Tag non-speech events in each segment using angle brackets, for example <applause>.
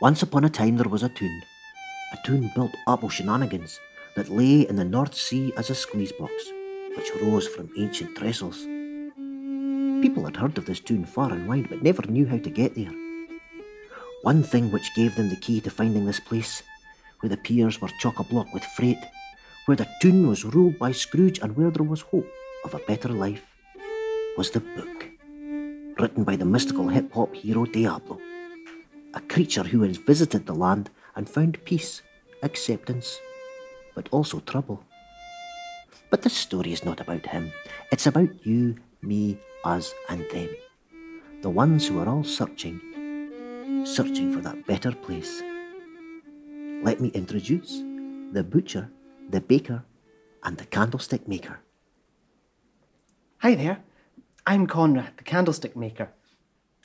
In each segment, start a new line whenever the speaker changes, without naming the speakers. Once upon a time there was a town, a town built up of shenanigans that lay in the North Sea as a squeeze box, which rose from ancient trestles. People had heard of this town far and wide, but never knew how to get there. One thing which gave them the key to finding this place, where the piers were chock a block with freight, where the town was ruled by Scrooge, and where there was hope of a better life, was the book, written by the mystical hip hop hero Diablo a creature who has visited the land and found peace, acceptance, but also trouble. But this story is not about him. It's about you, me, us, and them. The ones who are all searching, searching for that better place. Let me introduce the butcher, the baker, and the candlestick maker.
Hi there. I'm Conrad, the candlestick maker.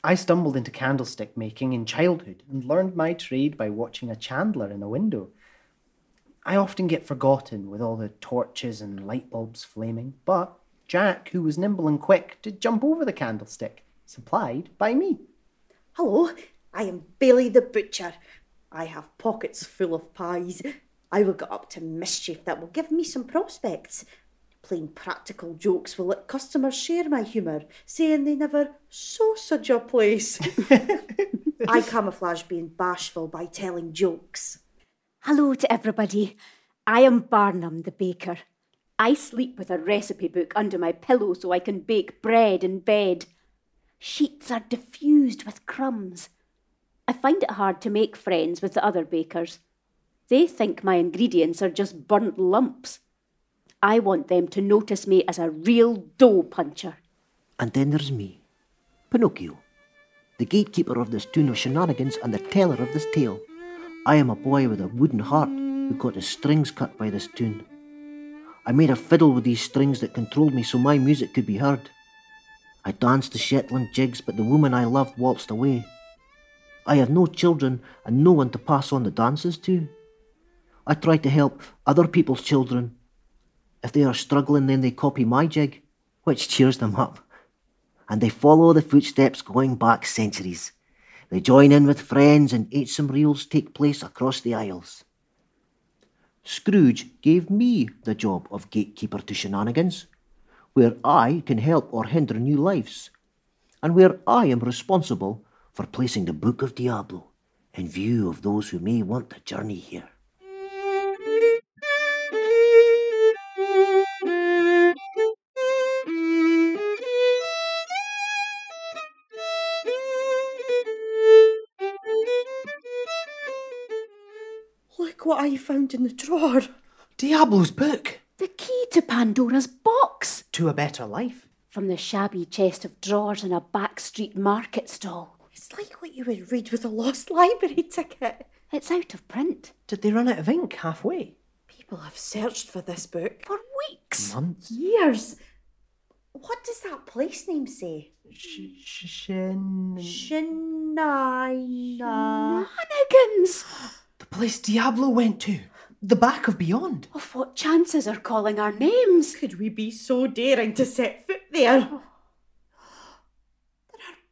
I stumbled into candlestick making in childhood and learned my trade by watching a chandler in a window. I often get forgotten with all the torches and light bulbs flaming, but Jack, who was nimble and quick, did jump over the candlestick, supplied by me.
Hello, I am Billy the Butcher. I have pockets full of pies. I will get up to mischief that will give me some prospects. Plain practical jokes will let customers share my humour, saying they never saw such a place. I camouflage being bashful by telling jokes.
Hello to everybody. I am Barnum the baker. I sleep with a recipe book under my pillow so I can bake bread in bed. Sheets are diffused with crumbs. I find it hard to make friends with the other bakers. They think my ingredients are just burnt lumps. I want them to notice me as a real dough puncher.
And then there's me, Pinocchio, the gatekeeper of this tune of shenanigans and the teller of this tale. I am a boy with a wooden heart who got his strings cut by this tune. I made a fiddle with these strings that controlled me so my music could be heard. I danced the Shetland jigs, but the woman I loved waltzed away. I have no children and no one to pass on the dances to. I try to help other people's children. If they are struggling, then they copy my jig, which <laughs> cheers them up and they follow the footsteps going back centuries. They join in with friends and some reels take place across the aisles. Scrooge gave me the job of gatekeeper to shenanigans, where I can help or hinder new lives, and where I am responsible for placing the Book of Diablo in view of those who may want the journey here.
Look what I found in the drawer.
Diablo's book
The key to Pandora's box
to a better life.
from the shabby chest of drawers in a back street market stall.
It's like what you would read with a lost library ticket.
It's out of print
Did they run out of ink halfway?
People have searched for this book
for weeks.
Months?
years. What does that place name say?
Sh- sh- shen-
Shenina.
Shenanigans!
The place Diablo went to. The back of beyond.
Of what chances are calling our names?
Could we be so daring to set foot there? There are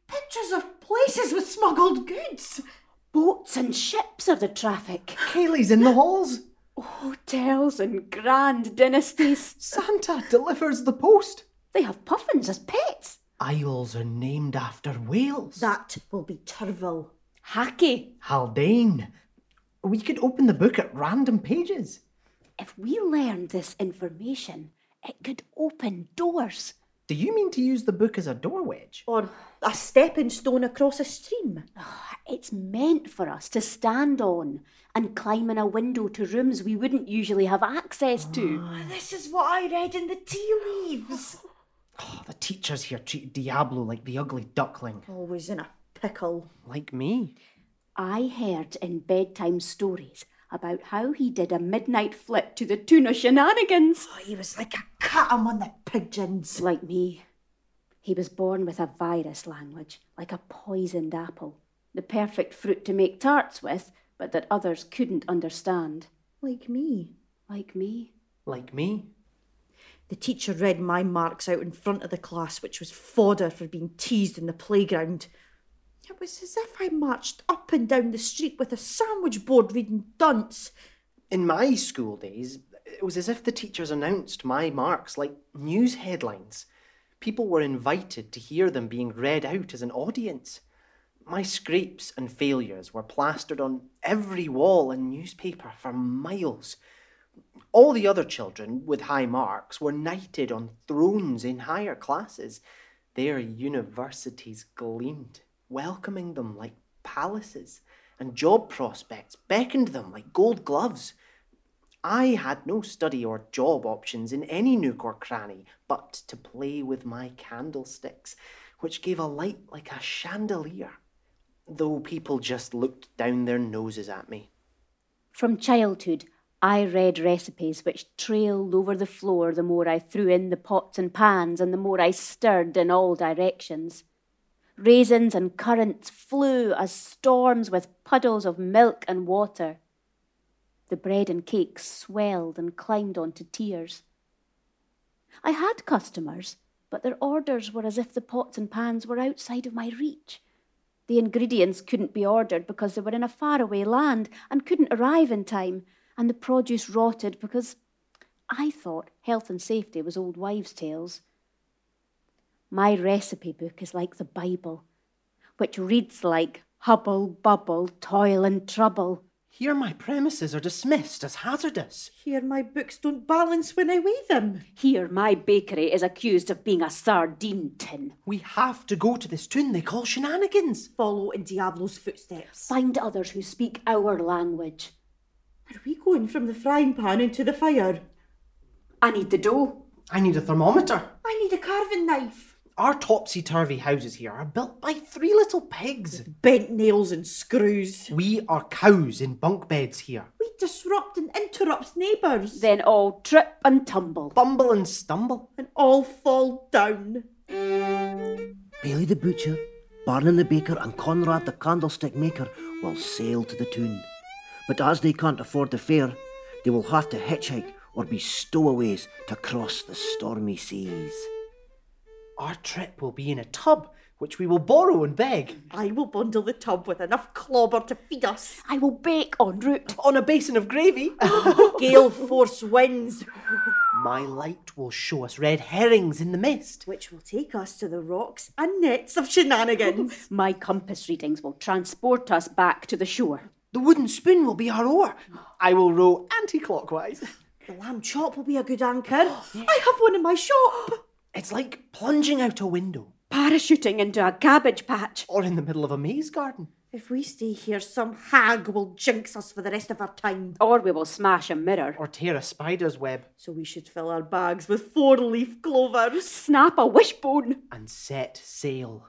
pictures of places with smuggled goods.
Boats and ships are the traffic.
Kaylee's in the halls.
Hotels and grand dynasties.
Santa delivers the post.
They have puffins as pets.
Isles are named after whales.
That will be Turville.
Hacky.
Haldane. We could open the book at random pages.
If we learned this information, it could open doors.
Do you mean to use the book as a door wedge?
Or a stepping stone across a stream.
It's meant for us to stand on and climb in a window to rooms we wouldn't usually have access to.
Ah, This is what I read in the tea leaves.
Oh, the teachers here treat Diablo like the ugly duckling.
<gasps> Always in a pickle.
Like me.
I heard in bedtime stories about how he did a midnight flip to the tune of shenanigans.
Oh, he was like a cat among the pigeons.
Like me. He was born with a virus language, like a poisoned apple, the perfect fruit to make tarts with, but that others couldn't understand.
Like me.
Like me.
Like me.
The teacher read my marks out in front of the class, which was fodder for being teased in the playground. It was as if I marched up and down the street with a sandwich board reading dunce.
In my school days, it was as if the teachers announced my marks like news headlines. People were invited to hear them being read out as an audience. My scrapes and failures were plastered on every wall and newspaper for miles. All the other children with high marks were knighted on thrones in higher classes. Their universities gleamed, welcoming them like palaces, and job prospects beckoned them like gold gloves. I had no study or job options in any nook or cranny but to play with my candlesticks, which gave a light like a chandelier, though people just looked down their noses at me.
From childhood, I read recipes which trailed over the floor the more I threw in the pots and pans and the more I stirred in all directions. Raisins and currants flew as storms with puddles of milk and water. The bread and cakes swelled and climbed onto tiers. I had customers, but their orders were as if the pots and pans were outside of my reach. The ingredients couldn't be ordered because they were in a faraway land and couldn't arrive in time, and the produce rotted because I thought health and safety was old wives' tales. My recipe book is like the Bible, which reads like hubble, bubble, toil and trouble.
Here, my premises are dismissed as hazardous.
Here, my books don't balance when I weigh them.
Here, my bakery is accused of being a sardine tin.
We have to go to this tune they call shenanigans.
Follow in Diablo's footsteps.
Find others who speak our language.
Are we going from the frying pan into the fire?
I need the dough.
I need a thermometer.
I need a carving knife.
Our topsy turvy houses here are built by three little pigs.
Bent nails and screws.
We are cows in bunk beds here.
We disrupt and interrupt neighbours.
Then all trip and tumble.
Bumble and stumble.
And all fall down.
Bailey the Butcher, Barnum the Baker, and Conrad the Candlestick Maker will sail to the tune. But as they can't afford the fare, they will have to hitchhike or be stowaways to cross the stormy seas.
Our trip will be in a tub, which we will borrow and beg.
I will bundle the tub with enough clobber to feed us. <laughs>
I will bake en route.
On a basin of gravy. <laughs>
Gale force winds,
my light will show us red herrings in the mist.
which will take us to the rocks and nets of
<laughs>
shenanigans.
My compass readings will transport us back to the shore.
The wooden spoon will be our oar. I will row anti clockwise.
the lamb chop will be a good anchor. I have one in my shop.
<laughs> It's like plunging out a window
Parachuting into a cabbage patch.
or in the middle of a maze garden.
If we stay here, some hag will jinx us for the rest of our time.
Or we will smash a mirror.
or tear a spider's web
So we should fill our bags with four leaf clovers.
Snap a wishbone.
and set sail.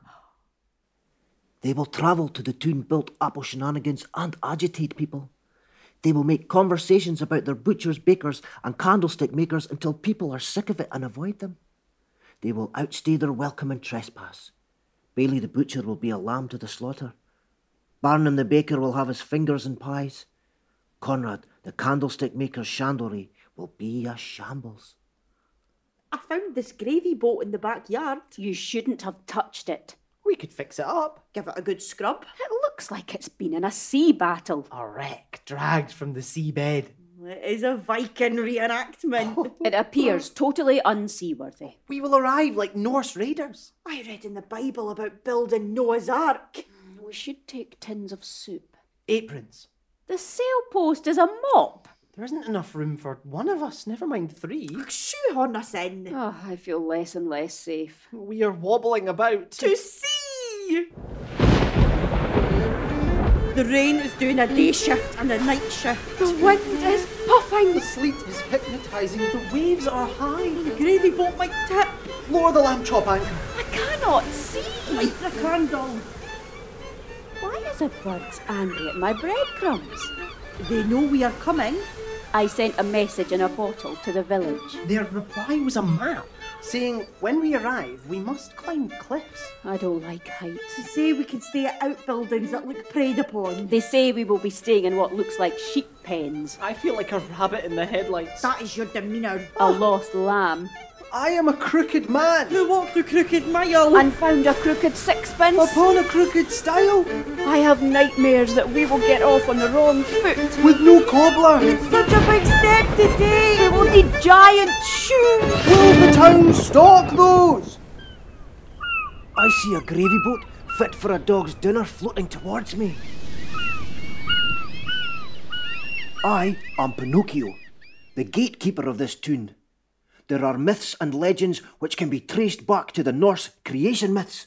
They will travel to the tune built apple shenanigans and agitate people. They will make conversations about their butchers, bakers, and candlestick makers until people are sick of it and avoid them. They will outstay their welcome and trespass. Bailey the butcher will be a lamb to the slaughter. Barnum the baker will have his fingers in pies. Conrad, the candlestick maker's chandlery, will be a shambles.
I found this gravy boat in the backyard.
You shouldn't have touched it.
We could fix it up.
Give it a good scrub.
It looks like it's been in a sea battle.
A wreck dragged from the seabed.
It is a Viking reenactment.
It appears totally unseaworthy.
We will arrive like Norse raiders.
I read in the Bible about building Noah's Ark.
We should take tins of soup.
Aprons.
The sailpost is a mop.
There isn't enough room for one of us, never mind three.
Shoehorn us in.
Oh, I feel less and less safe.
We are wobbling about.
To sea! The rain is doing a day shift and a night shift.
The wind is puffing.
The sleet is hypnotizing, the waves are high.
The gravy boat might tip.
Lower the lamb chop anchor.
I cannot see.
Light the candle.
Why is a bird angry at my breadcrumbs?
They know we are coming.
I sent a message in a bottle to the village.
Their reply was a map saying, when we arrive, we must climb cliffs.
I don't like heights.
To say we can stay at outbuildings that look preyed upon.
They say we will be staying in what looks like sheep pens.
I feel like a rabbit in the headlights.
That is your demeanour.
A lost lamb.
I am a crooked man
Who walked the crooked mile?
and found a crooked sixpence.
upon a crooked stile
I have nightmares that we will get off on the wrong foot.
with no cobbler.
Such a big step to take! We will need giant shoes!
Will the town stock those?
I see a gravy boat fit for a dog's dinner floating towards me. I am Pinocchio, the gatekeeper of this tune. There are myths and legends which can be traced back to the Norse creation myths.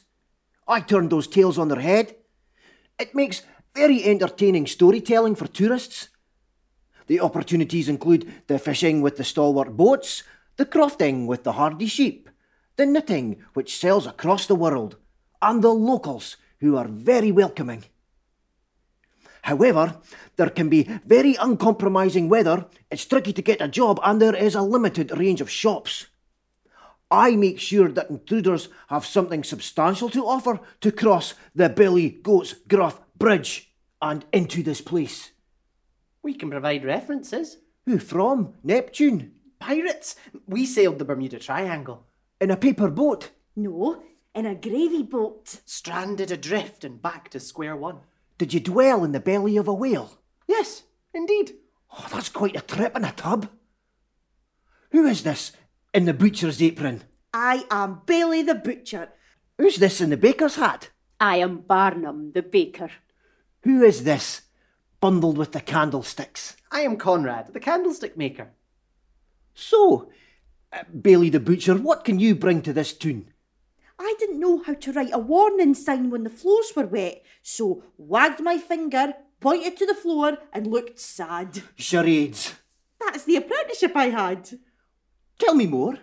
I turned those tales on their head. It makes very entertaining storytelling for tourists. The opportunities include the fishing with the stalwart boats, the crofting with the hardy sheep, the knitting, which sells across the world, and the locals, who are very welcoming. However, there can be very uncompromising weather, it's tricky to get a job, and there is a limited range of shops. I make sure that intruders have something substantial to offer to cross the Billy Goats Gruff Bridge and into this place.
We can provide references.
Who from? Neptune?
Pirates, we sailed the Bermuda Triangle,
In a paper boat?
No, in a gravy boat.
stranded adrift and back to square one.
Did you dwell in the belly of a whale?
Yes, indeed.
Oh, that's quite a trip in a tub. Who is this in the butcher's apron?
I am Bailey the Butcher.
Who's this in the baker's hat?
I am Barnum the baker.
Who is this bundled with the candlesticks?
I am Conrad, the candlestick maker.
So, uh, Bailey the butcher, what can you bring to this tune?
I didn't know how to write a warning sign when the floors were wet, so wagged my finger, pointed to the floor, and looked sad.
Charades.
That's the apprenticeship I had.
Tell me more.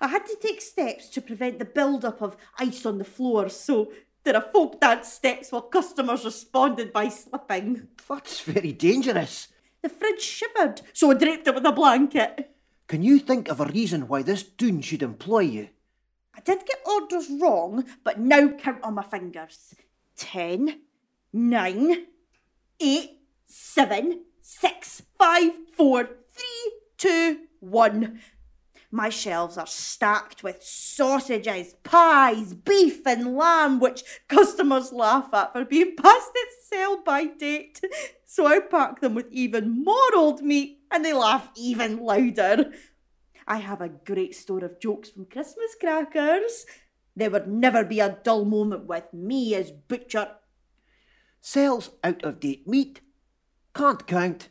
I had to take steps to prevent the build-up of ice on the floor, so there are folk dance steps while customers responded by slipping.
That's very dangerous.
The fridge shivered, so I draped it with a blanket.
Can you think of a reason why this tune should employ you?
I did get orders wrong, but now count on my fingers. Ten, nine, eight, seven, six, five, four, three, two, one. My shelves are stacked with sausages, pies, beef, and lamb, which customers laugh at for being <laughs> past its sell by date. So I pack them with even more old meat, and they laugh even louder. I have a great store of jokes from Christmas crackers. There would never be a dull moment with me as butcher.
sells out of date meat, can't count,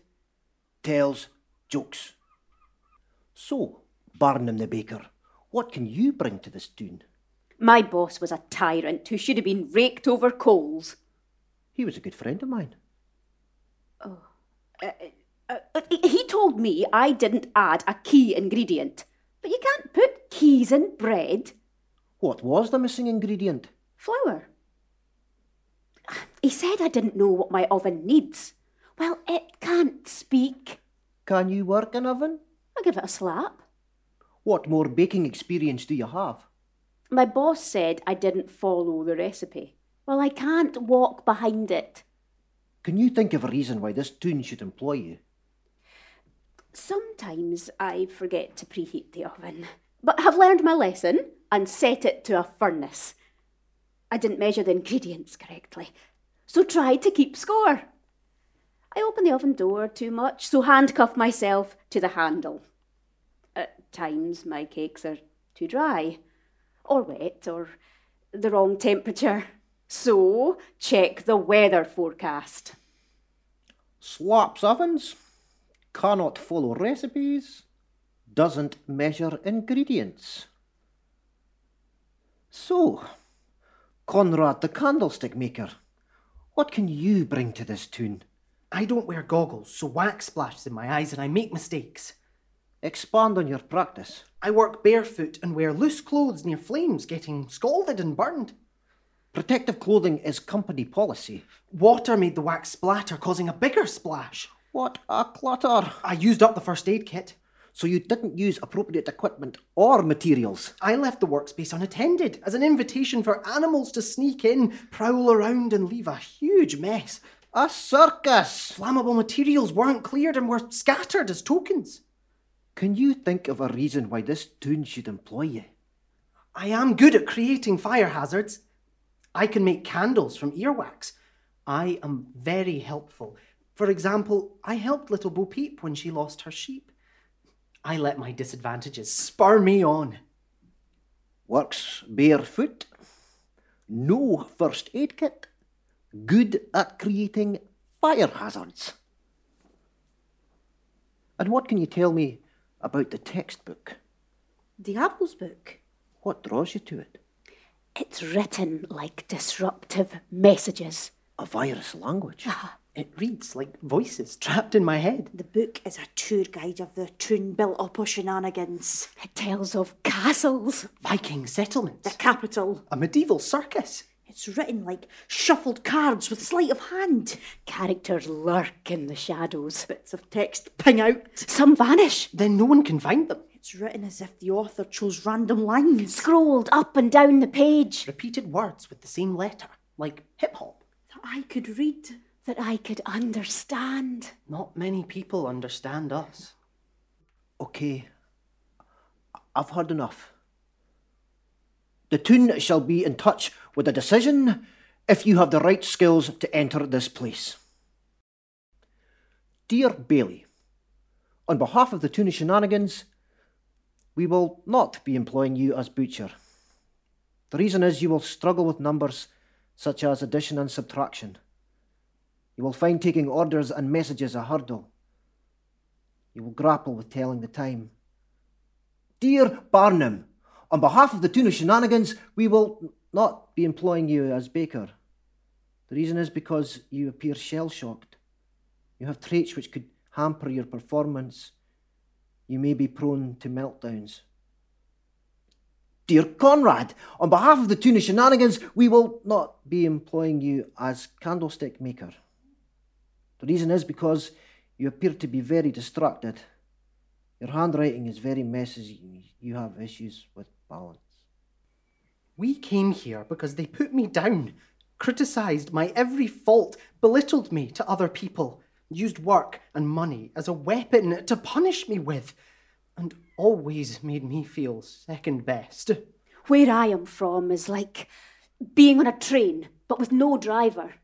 tells jokes. So, Barnum the baker, what can you bring to this tune?
My boss was a tyrant who should have been raked over coals.
He was a good friend of mine.
Oh. Uh, uh, he- he told me I didn't add a key ingredient. But you can't put keys in bread.
What was the missing ingredient?
Flour. He said I didn't know what my oven needs. Well, it can't speak.
Can you work an oven?
I'll give it a slap.
What more baking experience do you have?
My boss said I didn't follow the recipe. Well, I can't walk behind it.
Can you think of a reason why this tune should employ you?
Sometimes I forget to preheat the oven, but have learned my lesson and set it to a furnace. I didn't measure the ingredients correctly, so tried to keep score. I opened the oven door too much, so handcuffed myself to the handle. At times, my cakes are too dry, or wet, or the wrong temperature. So, check the weather forecast.
Slaps ovens, cannot follow recipes, doesn't measure ingredients. So, Conrad the candlestick maker, what can you bring to this tune?
I don't wear goggles, so wax splashes in my eyes and I make mistakes.
Expand on your practice.
I work barefoot and wear loose clothes near flames, getting scalded and burned.
Protective clothing is company policy.
Water made the wax splatter, causing a bigger splash.
What a clutter!
I used up the first aid kit.
So you didn't use appropriate equipment or materials.
I left the workspace unattended as an invitation for animals to sneak in, prowl around, and leave a huge mess.
A circus!
Flammable materials weren't cleared and were scattered as tokens.
Can you think of a reason why this tune should employ you?
I am good at creating fire hazards. I can make candles from earwax. I am very helpful. For example, I helped little Bo Peep when she lost her sheep. I let my disadvantages spur me on.
Works barefoot, no first aid kit, good at creating fire hazards. And what can you tell me about the textbook?
Diablo's book.
What draws you to it?
It's written like disruptive messages.
A virus language.
It reads like voices trapped in my head.
The book is a tour guide of the town built up o' shenanigans.
It tells of castles.
Viking
The
settlements.
capital.
A medieval circus.
It's written like shuffled cards with sleight of hand.
Characters lurk in the shadows.
Bits of text ping out.
Some vanish,
Then no one can find them.
It's written as if the author chose random lines.
scrolled up and down the page,
Repeated words with the same letter, like hip hop.
That I could read.
that I could understand.
Not many people understand us.
Okay, I've heard enough. The tune shall be in touch with a decision if you have the right skills to enter this place. Dear Bailey, on behalf of the Tuna Shenanigans, we will not be employing you as butcher. The reason is you will struggle with numbers such as addition and subtraction. You will find taking orders and messages a hurdle. You will grapple with telling the time. Dear Barnum, on behalf of the Tuna Shenanigans, we will not be employing you as baker. The reason is because you appear shell shocked. You have traits which could hamper your performance. You may be prone to meltdowns. Dear Conrad, on behalf of the Tuna Shenanigans, we will not be employing you as candlestick maker. The reason is because you appear to be very distracted. Your handwriting is very messy. You have issues with balance.
We came here because they put me down, criticised my every fault, belittled me to other people, used work and money as a weapon to punish me with, and always made me feel second best.
Where I am from is like being on a train, but with no driver.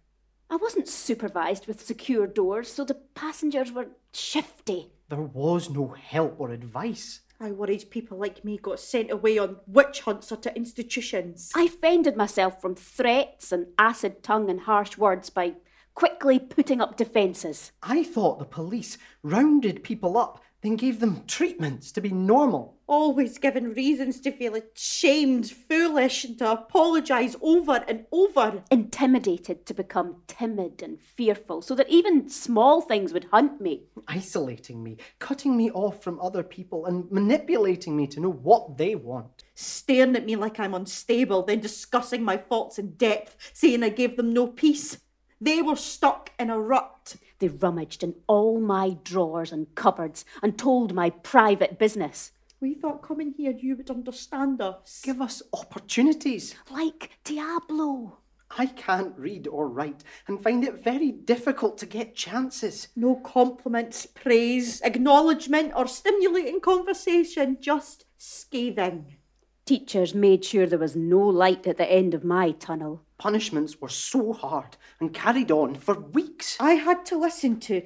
I wasn't supervised with secure doors, so the passengers were shifty.
There was no help or advice.
I worried people like me got sent away on witch hunts or to institutions.
I fended myself from threats and acid tongue and harsh words by quickly putting up defences.
I thought the police rounded people up, then gave them treatments to be normal.
Always given reasons to feel ashamed, foolish, and to apologise over and over.
Intimidated to become timid and fearful, so that even small things would hunt me.
Isolating me, cutting me off from other people, and manipulating me to know what they want.
staring at me like I'm unstable, then discussing my faults in depth, saying I gave them no peace. They were stuck in a rut.
They rummaged in all my drawers and cupboards and told my private business.
We thought coming here you would understand us.
Give us opportunities.
Like Diablo.
I can't read or write and find it very difficult to get chances.
no compliments, praise, acknowledgement, or stimulating conversation, just scathing.
Teachers made sure there was no light at the end of my tunnel.
Punishments were so hard and carried on for weeks.
I had to listen to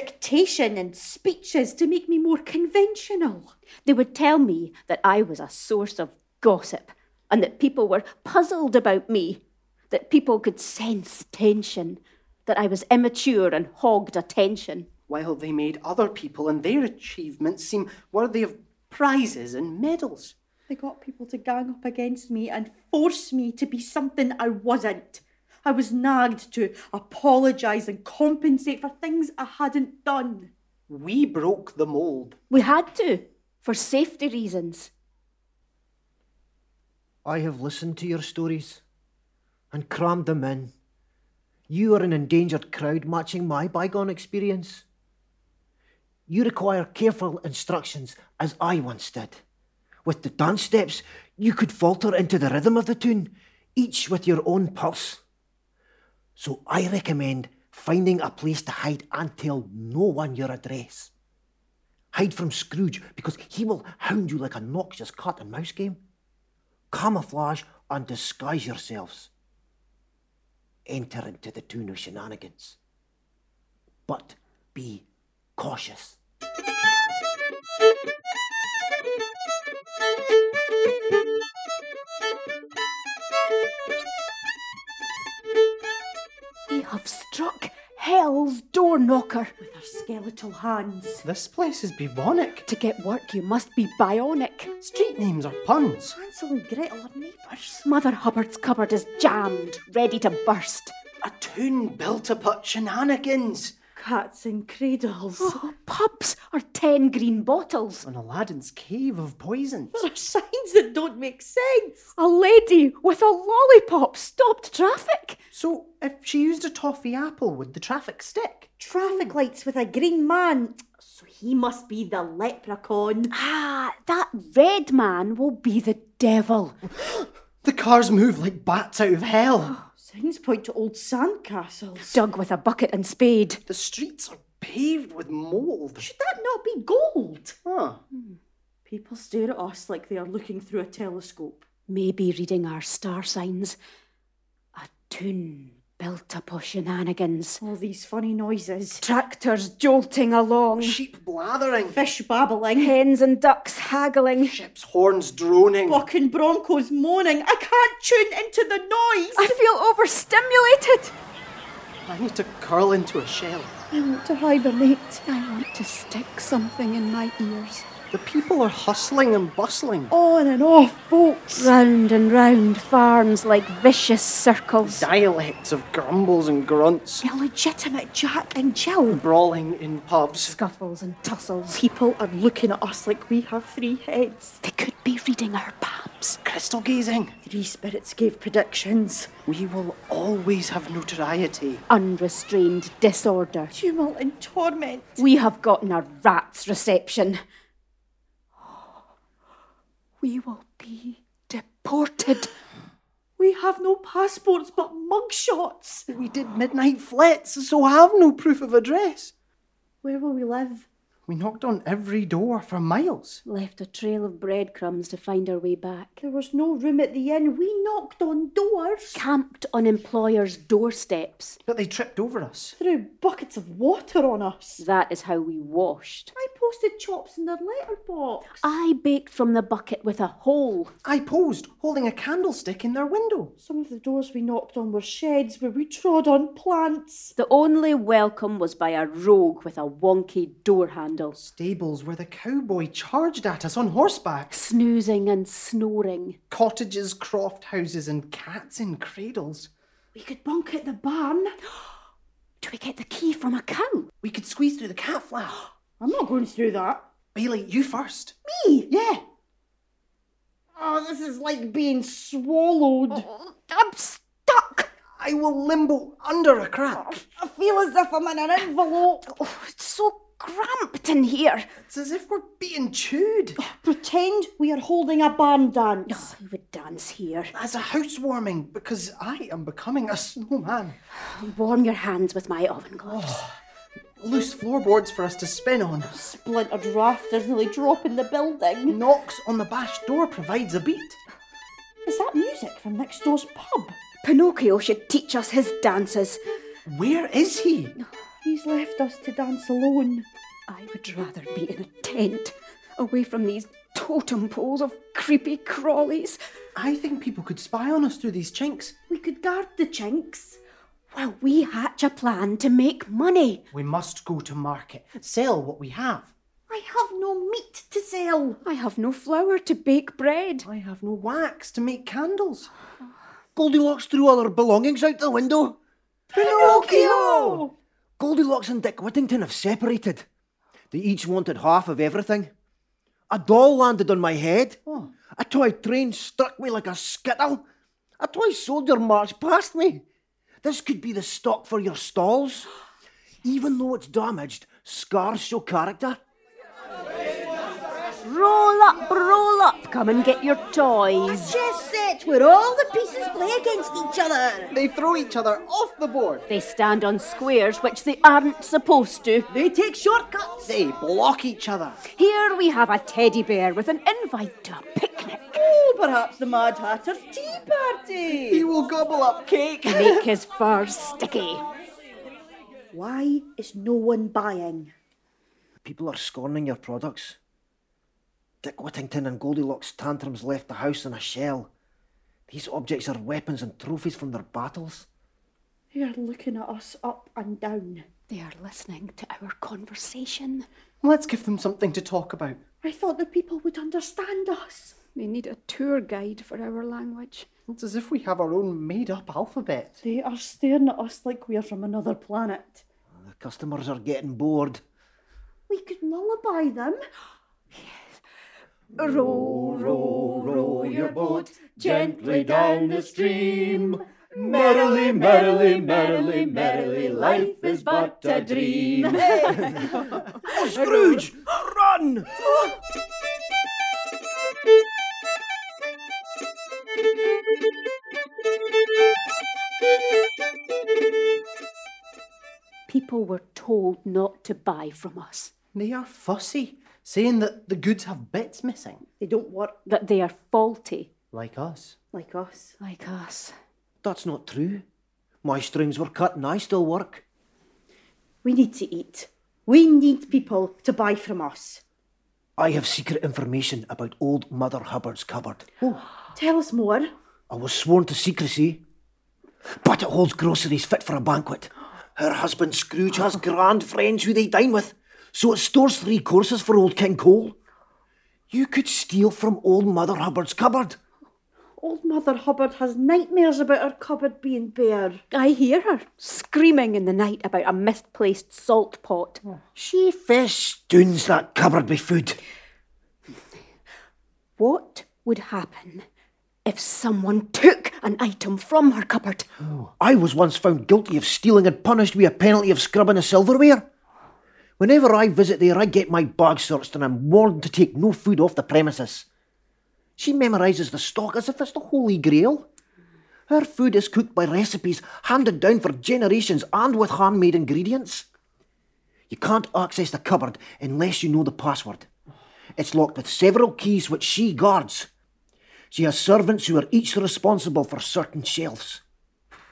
dictation and speeches to make me more conventional.
They would tell me that I was a source of gossip and that people were puzzled about me, that people could sense tension, that I was immature and hogged attention.
While they made other people and their achievements seem worthy of prizes and medals.
They got people to gang up against me and force me to be something I wasn't. I was nagged to apologise and compensate for things I hadn't done.
We broke the mould.
We had to, for safety reasons.
I have listened to your stories and crammed them in. You are an endangered crowd matching my bygone experience. You require careful instructions, as I once did. With the dance steps, you could falter into the rhythm of the tune, each with your own pulse. So I recommend finding a place to hide and tell no one your address. Hide from Scrooge because he will hound you like a noxious cat and mouse game. Camouflage and disguise yourselves. Enter into the tune of shenanigans. But be cautious.
We have struck hell's door knocker.
with our skeletal hands.
This place is bubonic.
To get work, you must be bionic.
Street names are puns.
Hansel and Gretel are neighbours.
Mother Hubbard's cupboard is jammed, ready to burst.
A tune built upon shenanigans.
Cats and cradles. <laughs>
Oh, pubs are ten green bottles.
An Aladdin's cave of poison.
There are signs that don't make sense.
A lady with a lollipop stopped traffic.
So, if she used a toffee apple, would the traffic stick?
Traffic lights with a green man. So he must be the leprechaun.
Ah, that red man will be the devil.
The cars move like bats out of hell.
Signs point to old sandcastles.
Dug with a bucket and spade.
The streets are paved with mould.
Should that not be gold?
Huh.
People stare at us like they are looking through a telescope.
Maybe reading our star signs. A tune built upon shenanigans.
All these funny noises.
Tractors jolting along.
Sheep blathering.
Fish babbling.
Hens and ducks haggling.
Ships' horns droning.
Bucking broncos moaning. I can't tune into the
I
noise.
feel overstimulated.
I need to curl into a shell.
I want to hibernate. I want to stick something in my ears.
The people are hustling and bustling.
On and off boats.
Round and round farms like vicious circles.
Dialects of grumbles and grunts.
Illegitimate Jack and Jill.
Brawling in pubs.
Scuffles and tussles.
People are looking at us like we have three heads.
They could be reading our palms.
Crystal gazing.
Three spirits gave predictions.
We will always have notoriety.
Unrestrained disorder.
Tumult and torment.
We have gotten a rat's reception. <gasps> We will be deported.
We have no passports but mugshots.
We did midnight flits, so have no proof of address.
Where will we live?
We knocked on every door for miles.
Left a trail of breadcrumbs to find our way back.
There was no room at the inn. We knocked on doors.
Camped on employers' doorsteps.
But they tripped over us.
Threw buckets of water on us.
That is how we washed.
I posted chops in their letterbox.
I baked from the bucket with a hole.
I posed, holding a candlestick in their window.
Some of the doors we knocked on were sheds where we trod on plants.
The only welcome was by a rogue with a wonky door handle,
Stables where the cowboy charged at us on horseback.
snoozing and snoring.
Cottages, croft houses, and cats in cradles.
We could bunk at the barn.
Do we get the key from a cow?
We could squeeze through the cat flap. <gasps>
I'm not going through that.
Bailey, you first.
Me?
Yeah.
Oh, this is like being swallowed.
I'm stuck!
I will limbo under a crack.
I feel as if I'm in an envelope.
Oh, it's so cramped in here.
It's as if we're being chewed.
Pretend we are holding a barn dance.
Who would dance here?
As a housewarming, because I am becoming a snowman.
Warm your hands with my oven <gasps> gloves.
Loose floorboards for us to spin on.
Splintered rafters nearly dropping the building.
Knocks on the bash door provides a beat.
Is that music from next door's pub?
Pinocchio should teach us his dances.
Where is he?
He's left us to dance alone.
I would rather be in a tent, away from these totem poles of creepy crawlies.
I think people could spy on us through these chinks.
We could guard the chinks.
Well, we hatch a plan to make money.
We must go to market, sell what we have.
I have no meat to sell.
I have no flour to bake bread.
I have no wax to make candles.
Goldilocks threw all her belongings out the window.
Pinocchio!
Goldilocks and Dick Whittington have separated. They each wanted half of everything. A doll landed on my head.
Oh.
A toy train struck me like a skittle. A toy soldier marched past me. This could be the stock for your stalls. Even though it's damaged, scars show character.
Roll up, roll up, come and get your toys.
Just said bit where all the pieces play against each other.
They throw each other off the board.
They stand on squares which they aren't supposed to.
They take shortcuts.
They block each other.
Here we have a teddy bear with an invite to a picnic.
Oh, perhaps the Mad Hatter's tea party.
He will gobble up cake.
Make his fur sticky.
Why is no one buying?
People are scorning your products. Dick Whittington and Goldilocks' tantrums left the house in a shell. These objects are weapons and trophies from their battles.
They are looking at us up and down.
They are listening to our conversation.
Let's give them something to talk about.
I thought the people would understand us.
We need a tour guide for our language.
It's as if we have our own made up alphabet.
They are staring at us like we are from another planet.
The customers are getting bored.
We could lullaby them.
Row, row, row your boat gently down the stream.
Merrily, merrily, merrily, merrily, life is but a dream.
Oh, Scrooge! Run!
<laughs> People were told not to buy from us,
They are fussy, saying that the goods have bits missing,
They don't work
that they are faulty,
like us.
like us.
like us.
That's not true. My strings were cut and I still work.
We need to eat. We need people to buy from us.
I have secret information about old Mother Hubbard's cupboard.
Tell us more.
I was sworn to secrecy, but it holds groceries fit for a banquet. Her husband Scrooge has grand friends who they dine with, so it stores three courses for old King Cole. You could steal from old Mother Hubbard's cupboard.
Old Mother Hubbard has nightmares about her cupboard being bare.
I hear her screaming in the night about a misplaced salt pot.
She festoons that cupboard with food.
What would happen if someone took an item from her cupboard?
I was once found guilty of stealing and punished with a penalty of scrubbing the silverware. Whenever I visit there, I get my bag searched and I'm warned to take no food off the premises. She memorises the stock as if it's the Holy Grail. Her food is cooked by recipes handed down for generations and with handmade ingredients. You can't access the cupboard unless you know the password. It's locked with several keys which she guards. She has servants who are each responsible for certain shelves.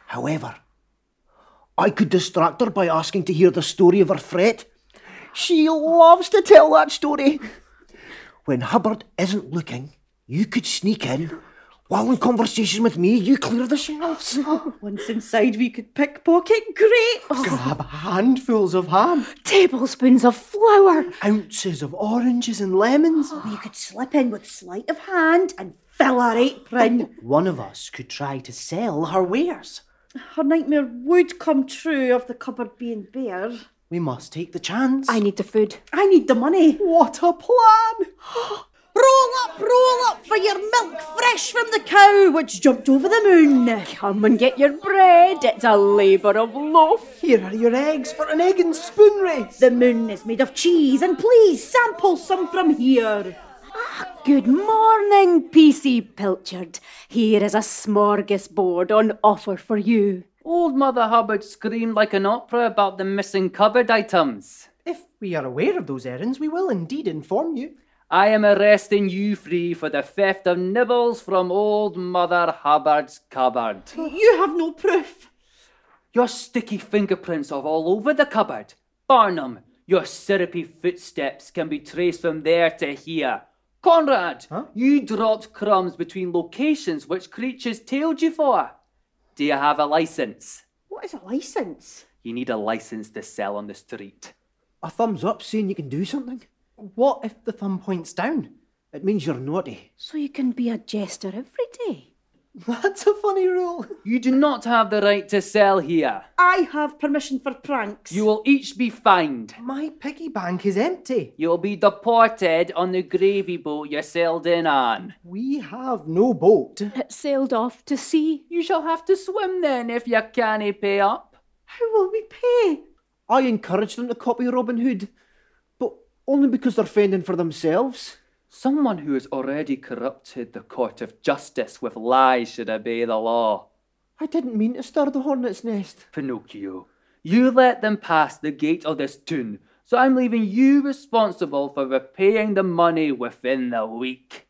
However, I could distract her by asking to hear the story of her fret. She loves to tell that story. When Hubbard isn't looking, you could sneak in. While in conversation with me, you clear the shelves.
Once inside, we could pickpocket grapes.
Grab handfuls of ham,
Tablespoons of flour.
ounces of oranges and lemons.
You could slip in with sleight of hand and fill her apron.
One of us could try to sell her wares.
her nightmare would come true of the cupboard being bare.
We must take the chance.
I need the food.
I need the money.
What a plan!
Roll up, roll up for your milk fresh from the cow which jumped over the moon.
Come and get your bread. It's a labour of love.
Here are your eggs for an egg and spoon race.
The moon is made of cheese, and please sample some from here.
Good morning, PC Pilchard. Here is a smorgasbord on offer for you.
Old Mother Hubbard screamed like an opera about the missing cupboard items.
If we are aware of those errands, we will indeed inform you.
I am arresting you three for the theft of nibbles from old Mother Hubbard's cupboard.
You have no proof.
Your sticky fingerprints are all over the cupboard. Barnum, your syrupy footsteps can be traced from there to here. Conrad, you dropped crumbs between locations which creatures tailed you for. Do you have a license?
What is a license?
You need a license to sell on the street.
A thumbs up saying you can do something?
What if the thumb points down? <laughs>
It means you're naughty.
So you can be a jester every day.
That's a funny rule.
You do not have the right to sell here.
I have permission for pranks.
You will each be fined.
My piggy bank is empty.
You'll be deported on the gravy boat you sailed in on.
We have no boat.
It sailed off to sea.
You shall have to swim then if you can't pay up.
How will we pay?
I encouraged them to copy Robin Hood, but only because they're fending for themselves.
Someone who has already corrupted the court of justice with lies should obey the law.
I didn't mean to stir the hornet's nest.
Pinocchio, you let them pass the gate of this tune, so I'm leaving you responsible for repaying the money within the week.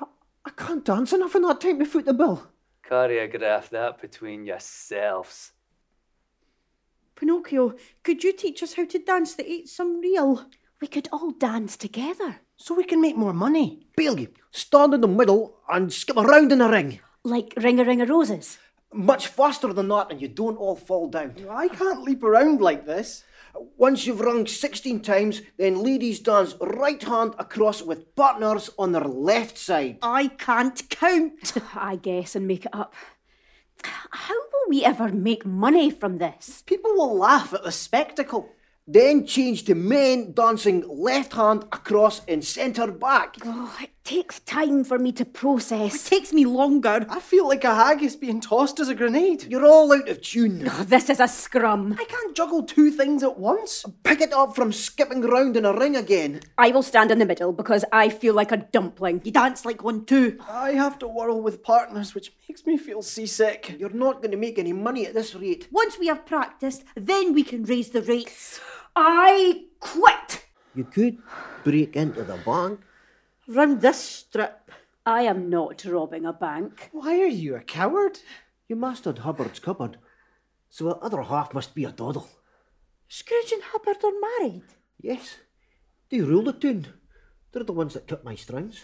I can't dance enough in that time to foot the bill.
Choreograph that between yourselves.
Pinocchio, could you teach us how to dance the eight some real?
We could all dance together,
So we can make more money.
Bailey, stand in the middle and skip around in a ring.
like Ring a Ring of Roses. <laughs>
Much faster than that, and you don't all fall down.
I can't leap around like this.
Once you've rung 16 times, then ladies dance right hand across with partners on their left side.
I can't count.
I guess, and make it up. How will we ever make money from this?
People will laugh at the spectacle.
Then change to men dancing left hand across and centre back.
Oh, it takes time for me to
It
process.
takes me longer.
I feel like a haggis being tossed as a grenade.
You're all out of tune.
Oh, this is a scrum.
I can't juggle two things at once.
Pick it up from skipping round in a ring again.
I will stand in the middle because I feel like a dumpling.
You dance like one too.
I have to whirl with partners, which makes me feel seasick.
You're not going to make any money at this rate.
Once we have practiced, then we can raise the rates.
I quit!
You could break into the bank.
Run this strip.
I am not robbing a bank.
Why are you a coward?
You mastered Hubbard's cupboard, so the other half must be a doddle.
Scrooge and Hubbard are married.
Yes, they rule the tune. They're the ones that cut my strings.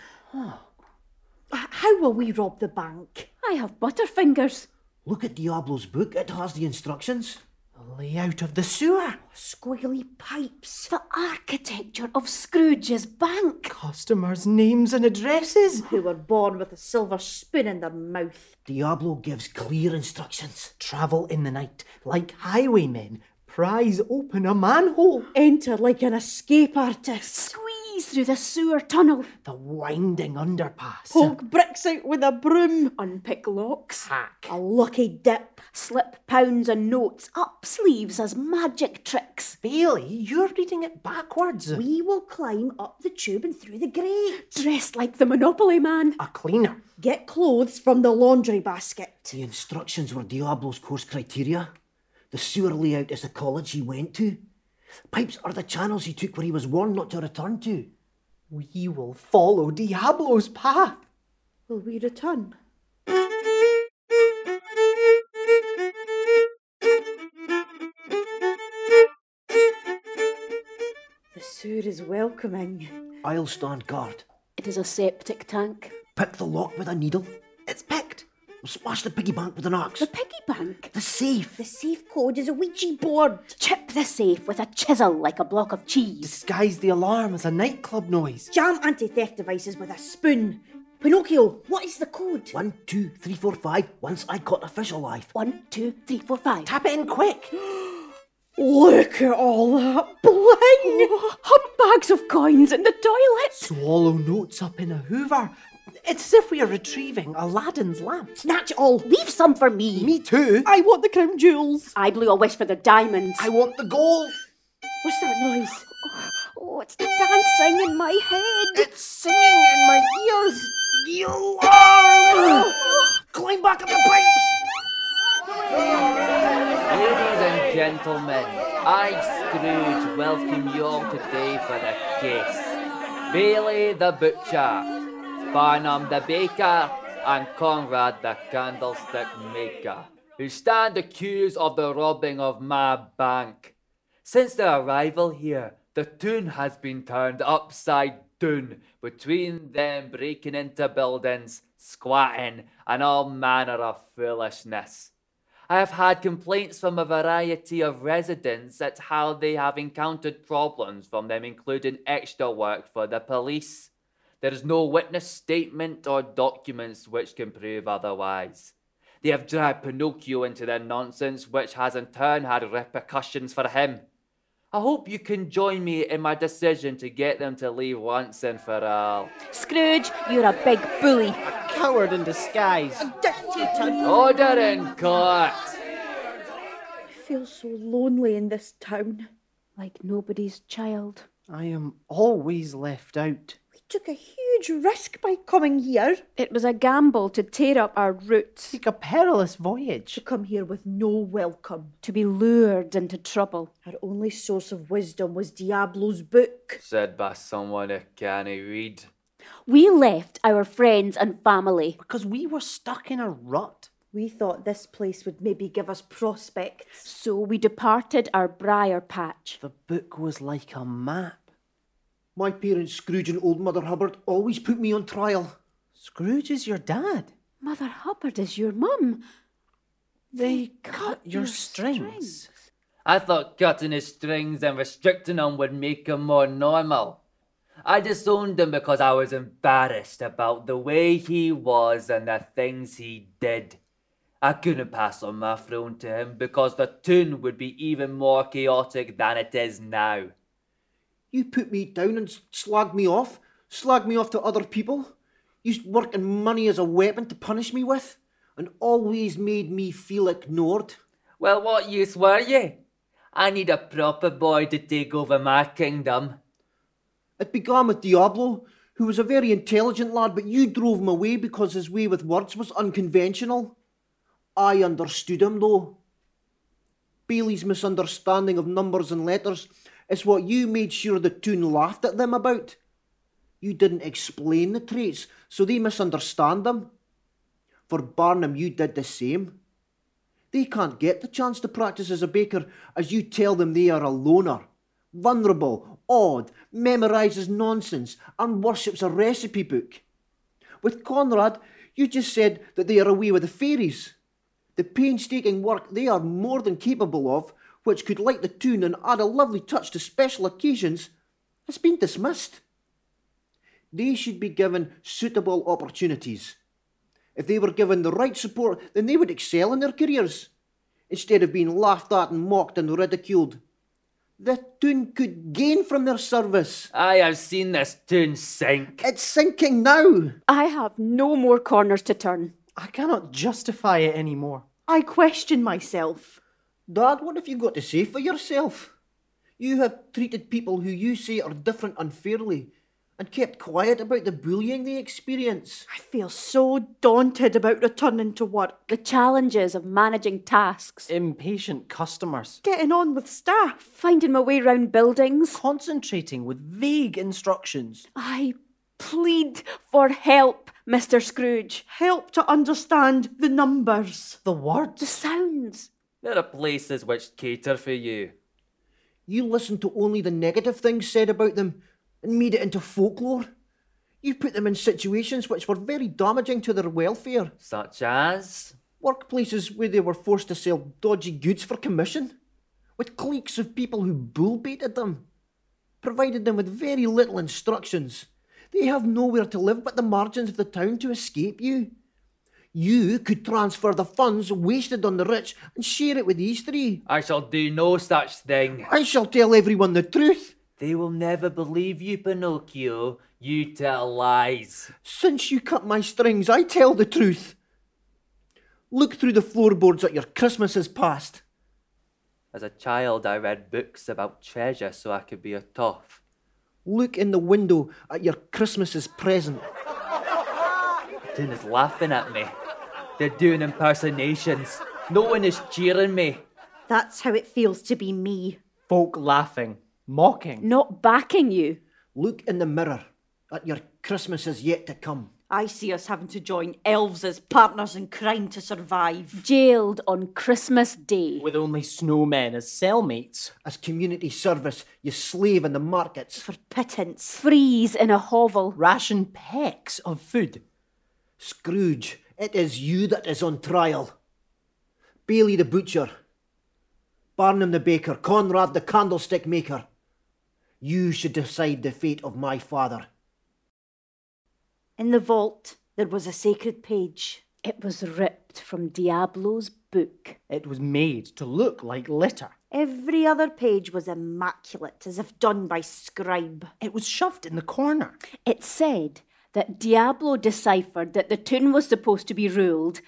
H- How will we rob the bank?
I have butterfingers.
Look at Diablo's book, it has the instructions.
The layout of the sewer.
Squiggly pipes.
The architecture of Scrooge's bank.
Customers' names and addresses.
Who were born with a silver spoon in their mouth.
Diablo gives clear instructions.
Travel in the night like highwaymen. Prize open a manhole.
Enter like an escape artist.
Squeeze through the sewer tunnel.
The winding underpass.
Poke bricks out with a broom.
Unpick locks.
Hack.
A lucky dip.
Slip pounds and notes up sleeves as magic tricks.
Bailey, you're reading it backwards.
We will climb up the tube and through the grate.
Dressed like the Monopoly man.
a cleaner.
Get clothes from the laundry basket.
The instructions were Diablo's course criteria. The sewer layout is the college he went to. Pipes are the channels he took when he was warned not to return to.
We will follow Diablo's path.
Will we return? The sewer is welcoming.
I'll stand guard.
It is a septic tank.
Pick the lock with a needle.
It's picked.
Smash the piggy bank with an axe.
The piggy bank.
The safe.
The safe code is a Ouija board.
Chip the safe with a chisel like a block of cheese.
Disguise the alarm as a nightclub noise.
Jam anti theft devices with a spoon. Pinocchio, what is the code?
One, two, three, four, five. Once I caught a fish alive.
One, two, three, four,
<laughs>
five.
Tap it in quick.
Look at all that bling!
Humbags of coins in the toilet.
Swallow notes up in a hoover. It's as if we are retrieving Aladdin's lamp.
Snatch all.
Leave some for me.
Me too.
I want the crown jewels.
I blew a wish for the diamonds.
I want the gold.
What's that noise?
Oh, it's dancing in my head.
It's singing in my ears.
You are! Climb back up the pipes!
Ladies and gentlemen, I, Scrooge, welcome you all today for the case. Bailey the Butcher, Barnum the Baker, and Conrad the Candlestick Maker, who stand accused of the robbing of my bank. Since their arrival here, the tune has been turned upside down between them breaking into buildings, squatting, and all manner of foolishness. I have had complaints from a variety of residents at how they have encountered problems from them, including extra work for the police. There is no witness statement or documents which can prove otherwise. They have dragged Pinocchio into their nonsense, which has in turn had repercussions for him. I hope you can join me in my decision to get them to leave once and for all.
Scrooge, you're a big bully.
Coward in disguise.
Dictator.
Order in court!
I feel so lonely in this town.
Like nobody's child.
I am always left out.
We took a huge risk by coming here.
It was a gamble to tear up our roots,
Seek a perilous voyage.
To come here with no welcome.
to be lured into trouble.
Her only source of wisdom was Diablo's book.
Said by someone who can't read.
We left our friends and family.
Because we were stuck in a rut.
We thought this place would maybe give us prospects.
So we departed our briar patch.
The book was like a map.
My parents, Scrooge and old Mother Hubbard, always put me on trial.
Scrooge is your dad.
Mother Hubbard is your mum.
They
cut your strings.
I thought cutting his strings and restricting him would make him more normal. I disowned him because I was embarrassed about the way he was and the things he did. I couldn't pass on my throne to him because the tune would be even more chaotic than it is now.
You put me down and s- slag me off, slag me off to other people, used work and money as a weapon to punish me with, and always made me feel ignored.
Well, what use were you? I need a proper boy to take over my kingdom.
It began with Diablo, who was a very intelligent lad, but you drove him away because his way with words was unconventional. I understood him, though. Bailey's misunderstanding of numbers and letters is what you made sure the tune laughed at them about. You didn't explain the traits, so they misunderstand them. For Barnum, you did the same. They can't get the chance to practice as a baker as you tell them they are a loner, vulnerable, odd, memorises nonsense, and worships a recipe book. With Conrad, you just said that they are away with the fairies. The painstaking work they are more than capable of, which could light the tune and add a lovely touch to special occasions, has been dismissed. They should be given suitable opportunities. If they were given the right support, then they would excel in their careers, instead of being laughed at and mocked and ridiculed. The tune could gain from their service.
I have seen this tune sink.
It's sinking now.
I have no more corners to turn.
I cannot justify it anymore.
I question myself.
Dad, what have you got to say for yourself? You have treated people who you say are different unfairly and kept quiet about the bullying they experience.
I feel so daunted about returning to work,
The challenges of managing tasks,
Impatient customers.
getting on with staff.
finding my way round buildings.
Concentrating with vague instructions.
I plead for help, Mr. Scrooge.
Help to understand the numbers.
The
The
words.
sounds.
There are places which cater for you.
You listened to only the negative things said about them and made it into folklore. You put them in situations which were very damaging to their welfare.
Such as?
workplaces where they were forced to sell dodgy goods for commission, with cliques of people who bull baited them, provided them with very little instructions. They have nowhere to live but the margins of the town to escape you. You could transfer the funds wasted on the rich and share it with these three.
I shall do no such thing.
I shall tell everyone the truth.
They will never believe you, Pinocchio. You tell lies.
Since you cut my strings, I tell the truth. Look through the floorboards at your Christmases past.
As a child, I read books about treasure so I could be a toff.
Look in the window at your Christmases present.
Tin is laughing at me. They're doing impersonations. No one is cheering me.
That's how it feels to be me.
Folk laughing. Mocking.
Not backing you.
Look in the mirror at your Christmas is yet to come.
I see us having to join elves as partners in crime to survive.
Jailed on Christmas Day.
With only snowmen as cellmates.
As community service, you slave in the markets.
For pittance.
Freeze in a hovel.
Ration pecks of food.
Scrooge, it is you that is on trial. Bailey the butcher, Barnum the baker, Conrad the candlestick maker. You should decide the fate of my father.
In the vault, there was a sacred page.
It was ripped from Diablo's book.
It was made to look like litter.
Every other page was immaculate, as if done by scribe.
It was shoved in the corner.
It said that Diablo deciphered that the tune was supposed to be ruled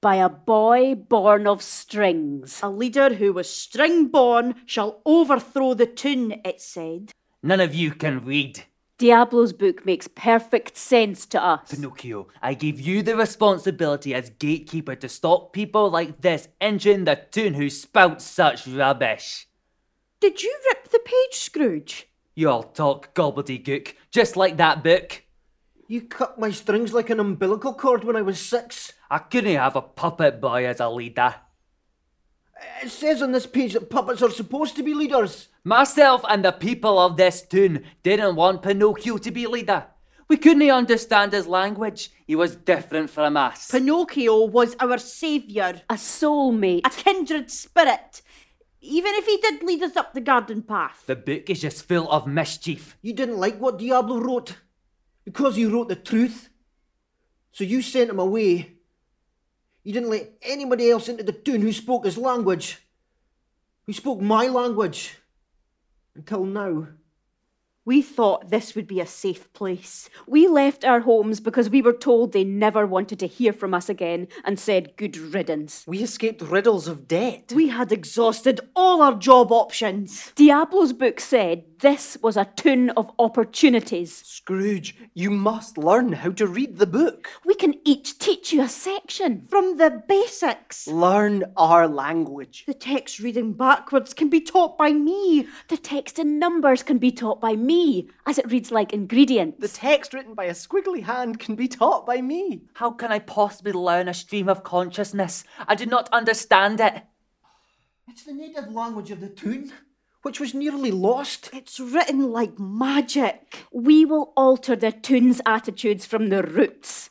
by a boy born of strings.
A leader who was string born shall overthrow the tune, it said.
None of you can read.
Diablo's book makes perfect sense to us.
Pinocchio, I gave you the responsibility as gatekeeper to stop people like this engine the tune who spout such rubbish.
Did you rip the page, Scrooge?
You all talk gobbledygook, just like that book.
You cut my strings like an umbilical cord when I was six.
I couldn't have a puppet boy as a leader.
It says on this page that puppets are supposed to be leaders.
Myself and the people of this town didn't want Pinocchio to be leader. We couldn't understand his language. He was different from us.
Pinocchio was our saviour,
A soulmate.
a kindred spirit, even if he did lead us up the garden path.
the book is just full of mischief.
You didn't like what Diablo wrote because he wrote the truth. So you sent him away. You didn't let anybody else into the tune who spoke his language, who spoke my language. Until now.
We thought this would be a safe place.
We left our homes because we were told they never wanted to hear from us again and said good riddance.
We escaped riddles of debt.
We had exhausted all our job options.
Diablo's book said this was a tune of opportunities.
Scrooge, you must learn how to read the book.
We can each teach you a section.
From the basics,
Learn our language.
the text reading backwards can be taught by me.
The text in numbers can be taught by me, as it reads like ingredients.
The text written by a squiggly hand can be taught by me.
How can I possibly learn a stream of consciousness? I do not understand it.
It's the native language of the tune, which was nearly lost.
It's written like magic.
we will alter the tune's attitudes from the roots.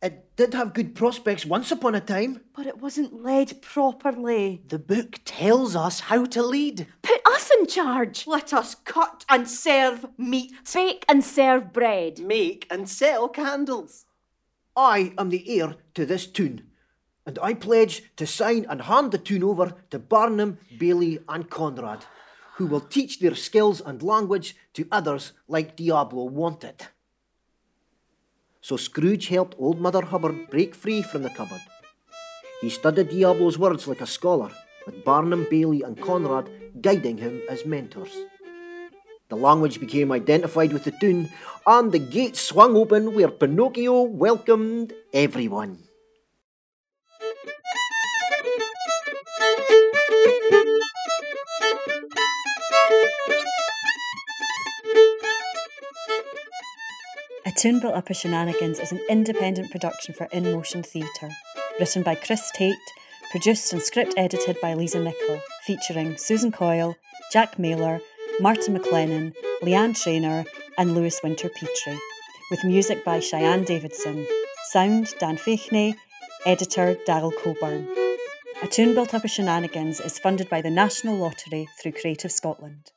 It did have good prospects once upon a time.
But it wasn't led properly.
The book tells us how to lead.
Put us in charge.
Let us cut and serve meat.
Bake and serve bread.
Make and sell candles.
I am the heir to this tune, and I pledge to sign and hand the tune over to Barnum, Bailey, and Conrad, who will teach their skills and language to others like Diablo wanted. So Scrooge helped old Mother Hubbard break free from the cupboard. He studied Diablo's words like a scholar, with Barnum, Bailey, and Conrad guiding him as mentors. The language became identified with the tune, and the gates swung open where Pinocchio welcomed everyone.
A Tune Built Up of Shenanigans is an independent production for In Motion Theatre, written by Chris Tate, produced and script edited by Lisa Nichol, featuring Susan Coyle, Jack Mailer, Martin McLennan, Leanne Trainer, and Lewis Winter Petrie, with music by Cheyenne Davidson, sound Dan Fechney, editor Daryl Coburn. A Tune Built Up of Shenanigans is funded by the National Lottery through Creative Scotland.